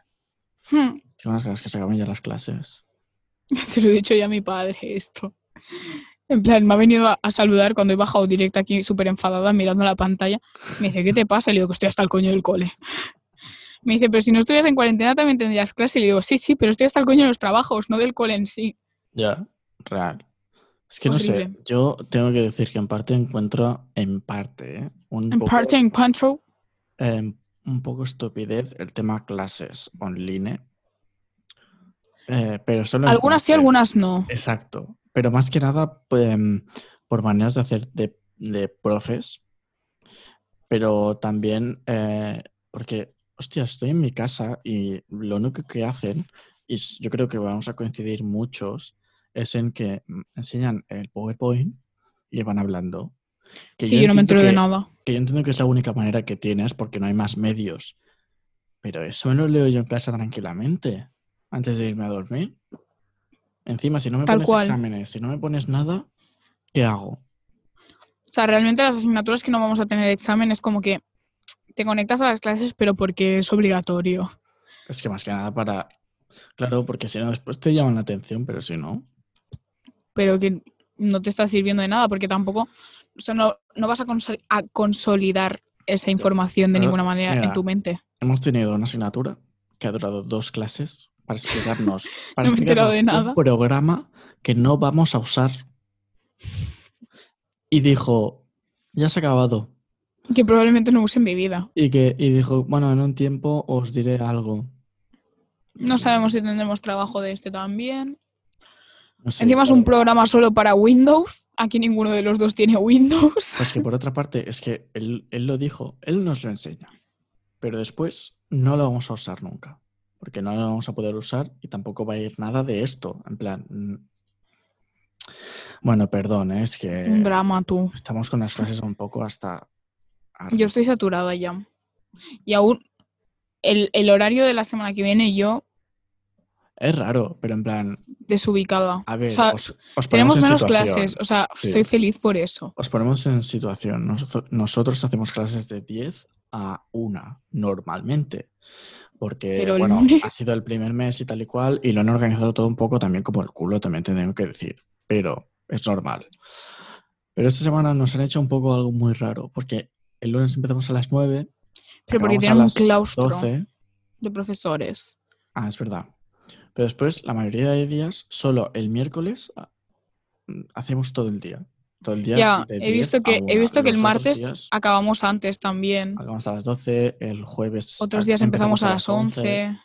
S2: Hmm,
S1: Tengo unas ganas que se acaben ya las clases.
S2: Se lo he dicho ya a mi padre esto. En plan, me ha venido a, a saludar cuando he bajado directa aquí súper enfadada mirando la pantalla. Me dice, ¿qué te pasa? Y le digo que estoy hasta el coño del cole. Me dice, pero si no estuvieras en cuarentena también tendrías clase. Y le digo, sí, sí, pero estoy hasta el coño de los trabajos, no del cole en sí.
S1: Ya. Real. Es que no
S2: Horrible.
S1: sé, yo tengo que decir que en parte encuentro, en parte, ¿eh? un,
S2: En
S1: poco,
S2: parte encuentro.
S1: eh, un poco estupidez el tema clases online. Eh, pero solo en
S2: Algunas sí,
S1: parte.
S2: algunas no.
S1: Exacto. Pero más que nada em, por maneras de hacer de, de profes, pero también eh, porque, hostia, estoy en mi casa y lo único que hacen, y s- yo creo que vamos a coincidir muchos, es en que mm, enseñan el PowerPoint y van hablando. Que
S2: Sí, yo no me
S1: entiendo
S2: entero de
S1: que-
S2: nada.
S1: Que yo entiendo que es la única manera que tienes porque no hay más medios. Pero eso me lo leo yo en casa tranquilamente, antes de irme a dormir. Encima, si no me
S2: Tal
S1: pones
S2: cual.
S1: exámenes, si no me pones nada, ¿qué hago?
S2: O sea, realmente las asignaturas que no vamos a tener examen es como que te conectas a las clases, pero porque es obligatorio.
S1: Es que más que nada para... Claro, porque si no, después te llaman la atención, pero si no...
S2: pero que no te está sirviendo de nada porque tampoco, o sea, no, no vas a, consol- a consolidar esa información de
S1: Pero,
S2: ninguna manera en
S1: mira,
S2: tu mente.
S1: Hemos tenido una asignatura que ha durado dos clases para explicarnos, para
S2: No me he enterado
S1: explicarnos
S2: de nada.
S1: un programa que no vamos a usar. y dijo, ya se ha acabado.
S2: Que probablemente no use en mi vida.
S1: Y, que, y dijo, bueno, en un tiempo os diré algo.
S2: No sabemos si tendremos trabajo de este también.
S1: No sé,
S2: Encima es un
S1: claro.
S2: programa solo para Windows. Aquí ninguno de los dos tiene Windows.
S1: Es que por otra parte, es que él, él lo dijo, él nos lo enseña, pero después no lo vamos a usar nunca, porque no lo vamos a poder usar y tampoco va a ir nada de esto. En plan, mm. bueno, perdón, ¿eh? es
S2: Un
S1: que
S2: drama, tú.
S1: estamos con las clases un poco hasta... arriba.
S2: Yo estoy saturada ya. Y aún el, el horario de la semana que viene yo
S1: Es raro, pero en plan,
S2: desubicada.
S1: a ver,
S2: o sea,
S1: os, os ponemos
S2: tenemos
S1: en
S2: menos
S1: situación.
S2: clases. O sea,
S1: Sí.
S2: soy feliz por eso.
S1: Os ponemos en situación. Nos- nosotros hacemos clases de 10 a 1 normalmente. Porque,
S2: Pero el
S1: bueno,
S2: lunes.
S1: ha sido el primer mes y tal y cual, y lo han organizado todo un poco también como el culo, también te tengo que decir. Pero es normal. Pero esta semana nos han hecho un poco algo muy raro, porque el lunes empezamos a las 9,
S2: Pero porque
S1: acabamos a
S2: tienen un
S1: las
S2: claustro
S1: 12.
S2: de profesores.
S1: Ah, es verdad. Pero después, la mayoría de días, solo el miércoles ah, mm, hacemos todo el día. Todo el día.
S2: Ya,
S1: de
S2: he
S1: 10
S2: visto
S1: a
S2: que, he
S1: 1.
S2: visto que el
S1: Los otros
S2: martes
S1: días-
S2: acabamos antes también.
S1: Acabamos a las 12, el jueves.
S2: Otros
S1: ac-
S2: días empezamos, a las 11.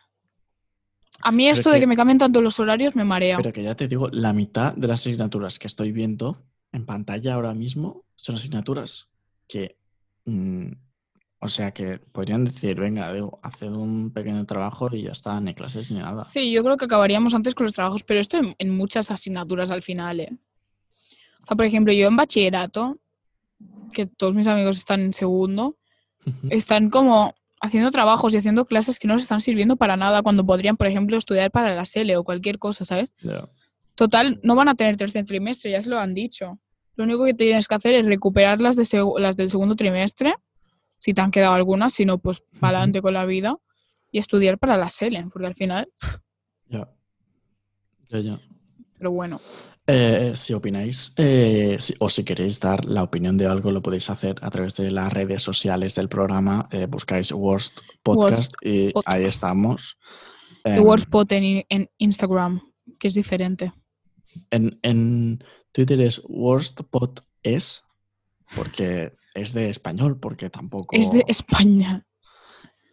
S2: A mí
S1: Pero
S2: esto
S1: es
S2: de
S1: que-
S2: que me cambien tanto los horarios me marea.
S1: Pero que ya te digo, la mitad de las asignaturas que estoy viendo en pantalla ahora mismo son asignaturas que. mm, o sea, que podrían decir, venga, digo, haced un pequeño trabajo y ya está, ni clases ni nada.
S2: Sí, yo creo que acabaríamos antes con los trabajos, pero esto en, en muchas asignaturas al final, ¿eh? O sea, por ejemplo, yo en bachillerato, que todos mis amigos están en segundo, están como haciendo trabajos y haciendo clases que no les están sirviendo para nada cuando podrían, por ejemplo, estudiar para la SELE o cualquier cosa, ¿sabes?
S1: Ya.
S2: Total, no van a tener tercer trimestre, ya se lo han dicho. Lo único que tienes que hacer es recuperar las, de seg- las del segundo trimestre, si te han quedado algunas, si no, pues para adelante con la vida y estudiar para la SELE, porque al final,
S1: Ya. Ya, ya.
S2: pero bueno.
S1: Eh, si opináis eh, si- o si queréis dar la opinión de algo, lo podéis hacer a través de las redes sociales del programa. Eh, buscáis Worst Podcast y
S2: Podcast.
S1: ahí estamos.
S2: Y
S1: En-
S2: Wordspot en, i- en Instagram, que es diferente.
S1: En, en Twitter es worstpodS, porque es de español, porque tampoco.
S2: Es de España.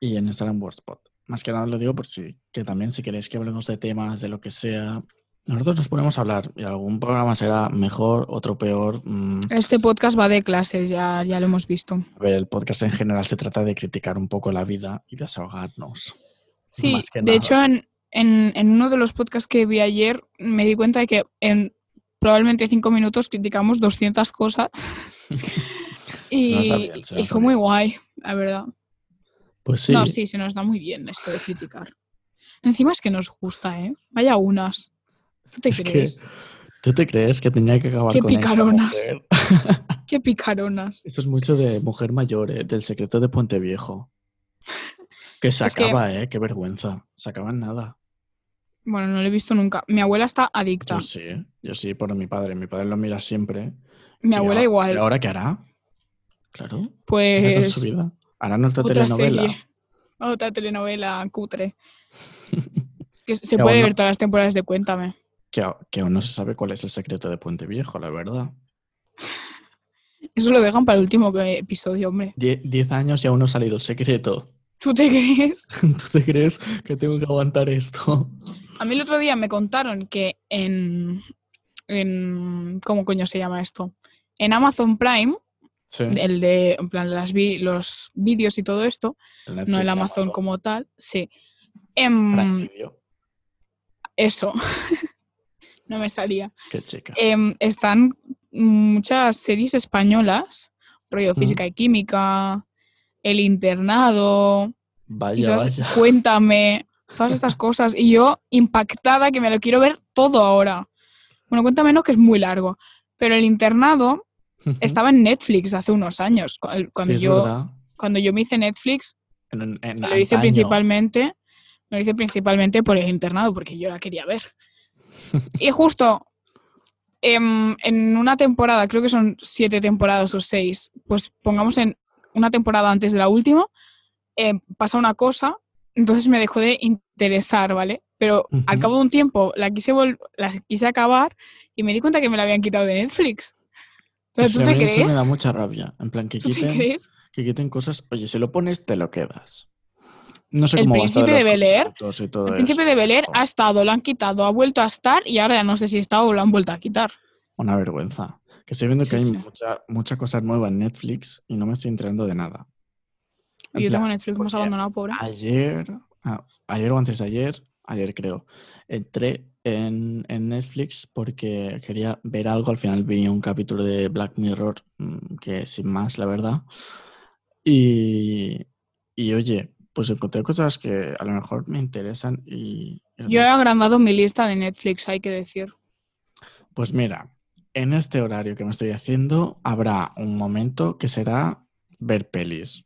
S1: Y en Instagram worstpod. Más que nada lo digo por si, que también si queréis que hablemos de temas, de lo que sea, nosotros nos ponemos a hablar y algún programa será mejor, otro peor. mm,
S2: Este podcast va de clases, ya, ya lo hemos visto.
S1: A ver, el podcast en general se trata de criticar un poco la vida y desahogarnos.
S2: Sí,
S1: Más que
S2: de
S1: nada.
S2: hecho, en, en- en uno de los podcasts que vi ayer me di cuenta de que en probablemente cinco minutos criticamos 200 cosas.
S1: Se nos da
S2: y
S1: bien, se
S2: y
S1: nos da
S2: fue muy guay, la verdad.
S1: Pues sí,
S2: No, sí, se nos da muy bien esto de criticar. Encima es que nos gusta, ¿eh? Vaya unas. ¿Tú te
S1: Es que-
S2: crees?
S1: ¿tú te crees que tenía que acabar
S2: Qué
S1: con esta
S2: picaronas.
S1: mujer?
S2: Qué picaronas.
S1: Esto es mucho de mujer mayor, ¿eh? del secreto de Puente Viejo. Que se
S2: Es que-
S1: acaba, ¿eh? Qué vergüenza. Se acaba en nada.
S2: Bueno, no lo he visto nunca. Mi abuela está adicta.
S1: Yo sí, yo sí, por mi padre. Mi padre lo mira siempre.
S2: Mi
S1: Y
S2: abuela
S1: ahora-
S2: igual.
S1: ¿Y ahora qué hará? Claro. ¿qué hará con su
S2: pues
S1: vida? ¿Hará nuestra
S2: otra
S1: telenovela?
S2: serie. Otra telenovela cutre. que se
S1: Que
S2: puede
S1: aún no-
S2: ver todas las temporadas de Cuéntame.
S1: Que, a- que aún no se sabe cuál es el secreto de Puente Viejo, la verdad.
S2: Eso lo dejan para el último que- episodio, hombre.
S1: Die- diez años y aún no ha salido el secreto.
S2: ¿Tú te crees?
S1: ¿Tú te crees que tengo que aguantar esto?
S2: A mí el otro día me contaron que en. en ¿Cómo coño se llama esto? En Amazon Prime,
S1: Sí.
S2: el de. En plan, las vi, los vídeos y todo esto, no el Amazon como tal, sí. Em, eso. no me salía.
S1: Qué chica.
S2: em, están muchas series españolas,
S1: Mm.
S2: rollo física y química, El internado, y
S1: Vaya,
S2: todas-
S1: vaya.
S2: cuéntame, todas estas cosas. Y yo impactada que me lo quiero ver todo ahora. Bueno, cuéntame no, que es muy largo. Pero el internado estaba en Netflix hace unos años. cu- el- Cuando,
S1: Mm. Sí, es
S2: yo,
S1: verdad.
S2: cuando yo me hice Netflix,
S1: En- en- en
S2: me lo hice
S1: antaño.
S2: principalmente, me lo hice principalmente por el internado, porque yo la quería ver. Y justo em, en una temporada, creo que son siete temporadas o seis, pues pongamos en una temporada antes de la última, em, pasa una cosa, entonces me dejó de interesar, ¿vale? Pero al
S1: Ujú.
S2: cabo de un tiempo la quise, vol- la quise acabar y me di cuenta que me la habían quitado de Netflix. ¿Pero
S1: Ese-
S2: tú te
S1: a mí Eso me
S2: crees?
S1: da mucha rabia. En plan, que
S2: ¿Tú te
S1: quiten,
S2: crees?
S1: que quiten cosas. Oye, si lo pones, te lo quedas. No sé
S2: El
S1: cómo va a estar
S2: príncipe
S1: los
S2: de Bel Air,
S1: contratos y todo
S2: El príncipe
S1: eso.
S2: de Bel Air
S1: por favor.
S2: ha estado, lo han quitado, ha vuelto a estar y ahora ya no sé si está o lo han vuelto a quitar.
S1: Una vergüenza. Que estoy viendo que hay
S2: Sí, sí.
S1: mucha, mucha cosa nueva en Netflix y no me estoy enterando de nada. En
S2: Yo tengo
S1: plan,
S2: Netflix más
S1: porque
S2: abandonado, pobre.
S1: Ayer, ah, ayer o antes de ayer, ayer creo, entré en, en Netflix porque quería ver algo. Al final vi un capítulo de Black Mirror, mm, que sin más, la verdad. Y, y oye, pues encontré cosas que a lo mejor me interesan y... y
S2: Yo he
S1: entonces-
S2: agrandado mi lista de Netflix, hay que decir.
S1: Pues mira, en este horario que me estoy haciendo habrá un momento que será ver pelis.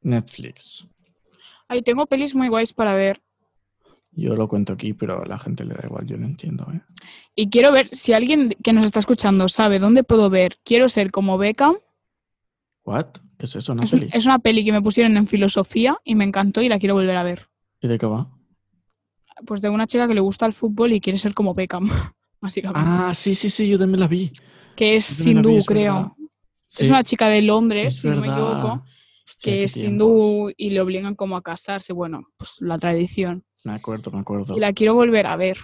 S1: Netflix.
S2: Ahí tengo pelis muy guays para ver.
S1: Yo lo cuento aquí, pero a la gente le da igual, yo lo entiendo. ¿eh?
S2: Y quiero ver si alguien que nos está escuchando sabe dónde puedo ver. Quiero ser como Beckham.
S1: ¿What? ¿Qué es eso? ¿Una
S2: Es, un-
S1: peli?
S2: es una peli que me pusieron en filosofía y me encantó y la quiero volver a ver.
S1: ¿Y de qué va?
S2: Pues de una chica que le gusta el fútbol y quiere ser como Beckham, básicamente.
S1: Ah, sí, sí, sí, yo también la vi.
S2: que es
S1: Yo también la vi,
S2: hindú,
S1: es
S2: creo.
S1: verdad. Sí,
S2: Es una chica de Londres,
S1: es
S2: si no me
S1: verdad.
S2: equivoco,
S1: Hostia,
S2: que
S1: qué
S2: es
S1: tiempos.
S2: hindú y le obligan como a casarse. Bueno, pues la tradición.
S1: Me acuerdo, me acuerdo.
S2: Y la quiero volver a ver,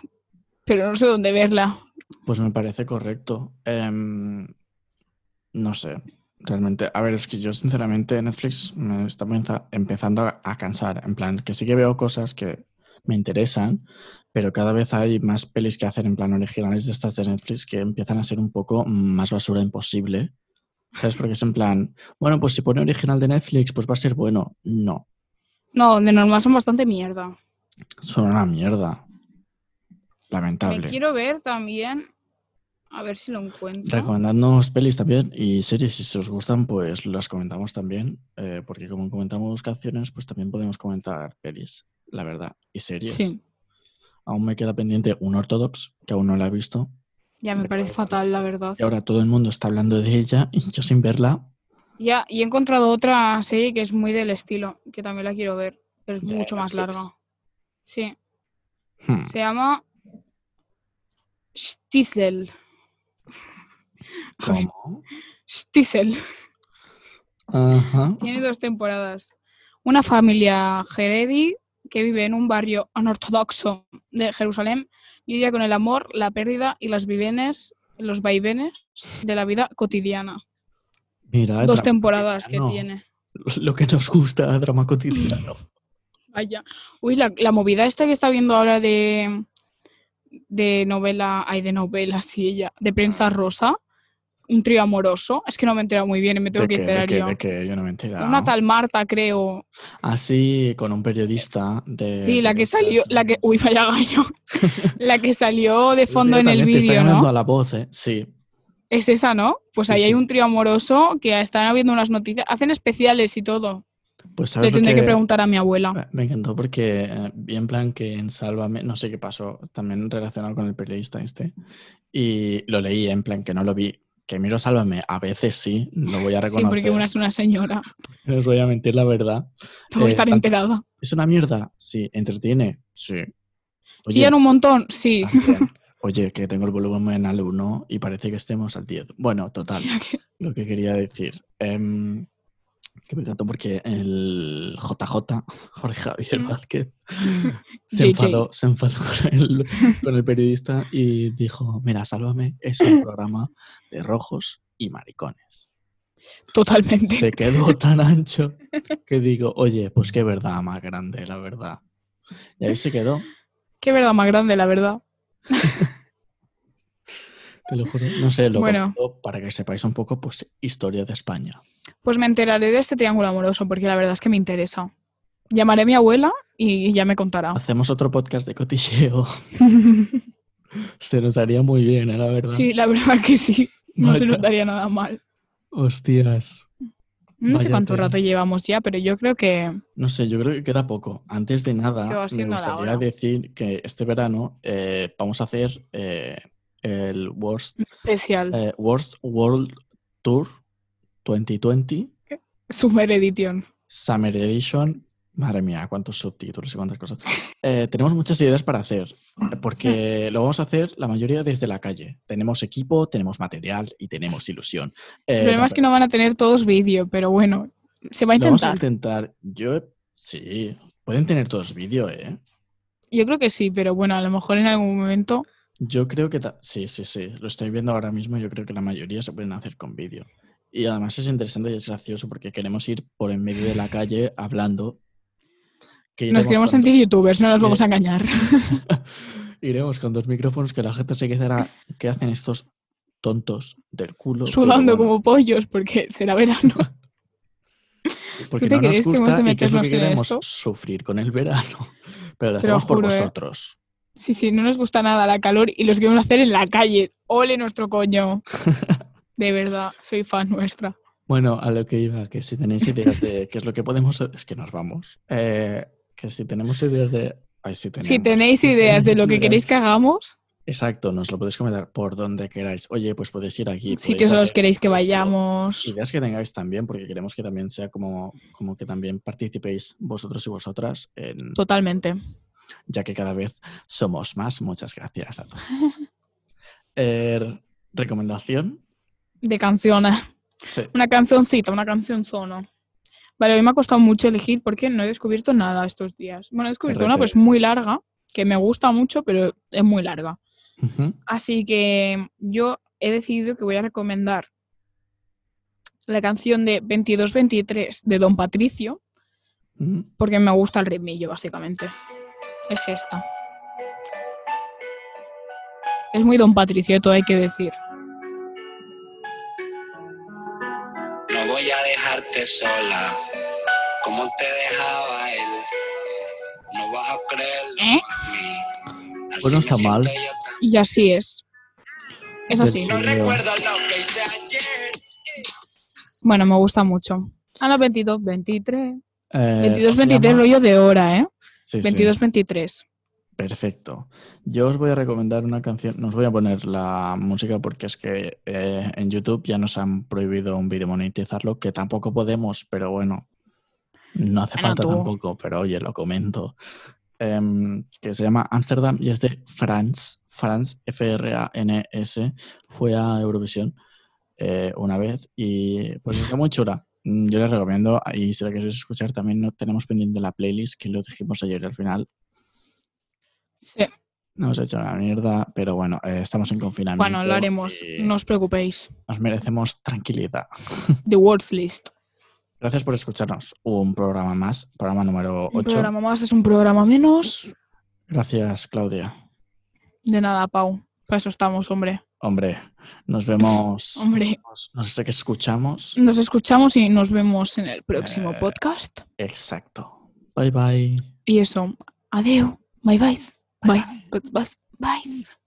S2: pero no sé dónde verla.
S1: Pues me parece correcto. Em, no sé, realmente. A ver, es que yo sinceramente Netflix me está empeza- empezando a, a cansar. En plan, que sí que veo cosas que me interesan, pero cada vez hay más pelis que hacen en plan originales de estas de Netflix que empiezan a ser un poco más basura imposible. ¿Sabes? Porque es en plan, bueno, pues si pone original de Netflix, pues va a ser bueno. No,
S2: No, de normal son bastante mierda.
S1: son una mierda.
S2: Me
S1: Lamentable.
S2: quiero ver también, a ver si lo encuentro.
S1: Recomendadnos pelis también y series, si se os gustan, pues las comentamos también, eh, porque como comentamos canciones, pues también podemos comentar pelis, la verdad, y series.
S2: sí,
S1: Aún me queda pendiente un Ortodox, que aún no la he visto,
S2: ya me
S1: Me
S2: parece
S1: parece
S2: fatal, la verdad.
S1: y ahora todo el mundo está hablando de ella y yo sin verla.
S2: Ya, y he encontrado otra serie que es muy del estilo, que también la quiero ver, pero es
S1: De
S2: mucho más
S1: Netflix.
S2: larga. Sí,
S1: hmm,
S2: se llama Stiesel.
S1: ¿Cómo?
S2: Stiesel.
S1: Ajá.
S2: Tiene dos temporadas. Una familia Heredi que vive en un barrio anortodoxo de Jerusalén lidia con el amor, la pérdida y las vaivenes, los vaivenes de la vida cotidiana.
S1: Mira,
S2: dos
S1: drama
S2: temporadas que
S1: cotidiano,
S2: tiene.
S1: Lo que nos gusta, drama cotidiano.
S2: Vaya. Uy, la, la movida esta que está viendo ahora de de novela, ay, de novela, sí, ella, de prensa
S1: Ah.
S2: rosa, un trío amoroso. Es que no me he enterado muy bien y me tengo
S1: ¿De
S2: que
S1: qué?
S2: enterar
S1: ¿De qué? Ah.
S2: yo.
S1: ¿De qué? Yo no me he enterado.
S2: Una tal Marta, creo.
S1: Así, con un periodista de...
S2: Sí, la que
S1: derechas,
S2: salió, la que,
S1: ¿no?
S2: uy, vaya gallo, la que salió de
S1: Yo
S2: fondo
S1: creo
S2: en el
S1: también te está
S2: vídeo,
S1: ganando
S2: ¿no?
S1: a la voz, ¿eh? Sí.
S2: Es esa, ¿no? Pues
S1: Sí,
S2: ahí hay
S1: sí.
S2: un trío amoroso que están habiendo unas noticias, hacen especiales y todo.
S1: Pues
S2: Le
S1: sabes lo
S2: tendré que
S1: que-
S2: preguntar a mi abuela.
S1: Me- Me encantó porque, eh, vi en plan que en Sálvame, no sé qué pasó, también relacionado con el periodista este, y lo leí en plan que no lo vi, que miro Sálvame, a veces sí, lo voy a
S2: Sí,
S1: reconocer,
S2: porque una es una señora.
S1: no os voy a mentir la verdad.
S2: Tengo
S1: Eh,
S2: que estar
S1: está-
S2: enterada.
S1: ¿Es una mierda? Sí. ¿Entretiene? Sí. Oye, Ah.
S2: Chillan un montón, sí.
S1: también. Oye, que tengo el volumen al 1 y parece que estemos al 10. Bueno, total. Lo que quería decir. em, que me encantó porque el JJ, Jorge Javier
S2: Mm.
S1: Vázquez, se,
S2: JJ.
S1: enfadó, se enfadó con el, con el periodista y dijo, mira, sálvame, es un programa de rojos y maricones.
S2: Totalmente.
S1: Se quedó tan ancho que digo, oye, pues qué verdad más grande, la verdad. Y ahí se quedó,
S2: Qué verdad más grande, la verdad.
S1: te lo juro. No sé, lo
S2: Bueno.
S1: comento para que sepáis un poco, pues, historia de España.
S2: Pues me enteraré de este triángulo amoroso, porque la verdad es que me interesa. Llamaré a mi abuela y ya me contará.
S1: Hacemos otro podcast de cotilleo. Se nos haría muy bien, eh, la verdad.
S2: Sí, la verdad que sí. No se
S1: Vaya.
S2: notaría nada mal.
S1: Hostias.
S2: No sé
S1: Vaya
S2: cuánto
S1: tela.
S2: rato llevamos ya, pero yo creo que
S1: No sé, yo creo que queda poco. Antes de
S2: Que va
S1: nada, me
S2: siendo la
S1: gustaría
S2: hora.
S1: decir que este verano eh, vamos a hacer eh, el worst,
S2: especial.
S1: eh, worst World Tour 2020
S2: Summer Edition.
S1: Summer Edition Madre mía, cuántos subtítulos y cuántas cosas. Eh, tenemos muchas ideas para hacer, eh, porque lo vamos a hacer la mayoría desde la calle. Tenemos equipo, tenemos material y tenemos ilusión. Eh,
S2: El problema
S1: no,
S2: es que no van a tener todos vídeo, pero bueno, se va a
S1: lo vamos a
S2: intentar.
S1: intentar. Yo, he- sí, pueden tener todos vídeo, ¿eh?
S2: Yo creo que sí, pero bueno, a lo mejor en algún momento.
S1: Yo creo que ta- sí, sí, sí. Lo estoy viendo ahora mismo. Yo creo que la mayoría se pueden hacer con vídeo. Y además es interesante y es gracioso porque queremos ir por en medio de la calle hablando. que
S2: Nos
S1: iremos
S2: queremos
S1: con
S2: sentir youtubers, no nos
S1: Sí.
S2: vamos a engañar.
S1: dos- Iremos con dos micrófonos que la gente se quedará. ¿Qué hacen estos tontos del culo? Pero
S2: Sudando
S1: bueno,
S2: como pollos, porque será verano.
S1: Porque
S2: te
S1: no nos
S2: crees que hemos de
S1: gusta y que es lo
S2: meternos
S1: que
S2: en
S1: queremos
S2: esto?
S1: sufrir con el verano. Pero lo
S2: Te lo
S1: hacemos por
S2: juro, ¿eh?
S1: vosotros.
S2: Sí, sí, no nos gusta nada la calor y los queremos hacer en la calle. ¡Ole nuestro coño! De verdad, soy fan nuestra.
S1: Bueno, a lo que iba, que si tenéis ideas de qué es lo que podemos, es que nos vamos. Eh, que si tenemos ideas de... Ay, si tenemos.
S2: Si tenéis ideas de lo que queréis que hagamos,
S1: Exacto, nos lo podéis comentar por donde queráis. Oye, pues podéis ir aquí. podéis
S2: sitios a los
S1: hacer
S2: que queréis que
S1: esto.
S2: vayamos.
S1: Ideas que tengáis también, porque queremos que también sea como, como que también participéis vosotros y vosotras, en-
S2: Totalmente.
S1: ya que cada vez somos más. Muchas gracias a todos. Eh, ¿Recomendación?
S2: De canciones.
S1: Sí.
S2: Una cancioncita, una canción sono. Vale, hoy me ha costado mucho elegir porque no he descubierto nada estos días. Bueno, he descubierto una
S1: RT.
S2: pues muy larga, que me gusta mucho, pero es muy larga.
S1: Ujú.
S2: Así que yo he decidido que voy a recomendar la canción de 22-23 de Don Patricio,
S1: Mm.
S2: porque me gusta el ritmillo, básicamente. Es esta. Es muy Don Patricio, todo hay que decir.
S3: No voy a dejarte sola, como te dejaba él. No vas a creerlo,
S2: ¿Eh?
S3: mami. Así
S1: Bueno,
S3: me
S1: está mal. Eh,
S3: siento yo también.
S2: Y así es. Es
S1: Del
S2: así.
S3: No
S1: Creo.
S3: recuerdo lo que hice ayer.
S2: Bueno, me gusta mucho. A la 22-23.
S1: Eh, ¿cómo se
S2: 22-23
S1: llama?
S2: rollo de hora, ¿eh?
S1: Sí, sí.
S2: 22-23.
S1: Perfecto. Yo os voy a recomendar una canción. No os voy a poner la música porque es que eh, en YouTube ya nos han prohibido un vídeo monetizarlo, que tampoco podemos, pero bueno, no hace
S2: Bueno,
S1: falta
S2: tú.
S1: tampoco, pero oye, lo comento. Em, que se llama Amsterdam y es de France. France, F-R-A-N-S, fue a Eurovisión eh, una vez y pues está muy chula. Mm, Yo les recomiendo, y si la queréis escuchar, también no tenemos pendiente la playlist que lo dijimos ayer al final.
S2: Sí.
S1: No hemos hecho una mierda, pero bueno, eh, estamos en confinamiento.
S2: Bueno, lo haremos.
S1: y
S2: No os preocupéis.
S1: Nos merecemos tranquilidad.
S2: The Words List.
S1: Gracias por escucharnos. Un programa más, programa número
S2: Un
S1: 8.
S2: programa más es un programa menos.
S1: Gracias, Claudia.
S2: De nada, Pau. Para eso estamos, hombre.
S1: Hombre, nos vemos.
S2: Hombre,
S1: nos- Nos sé qué escuchamos.
S2: nos escuchamos y nos vemos en el próximo
S1: Eh.
S2: podcast.
S1: Exacto. Bye bye.
S2: Y eso. Adeu. Bye bye.
S1: Bye,
S2: Bye. Bye. Bye.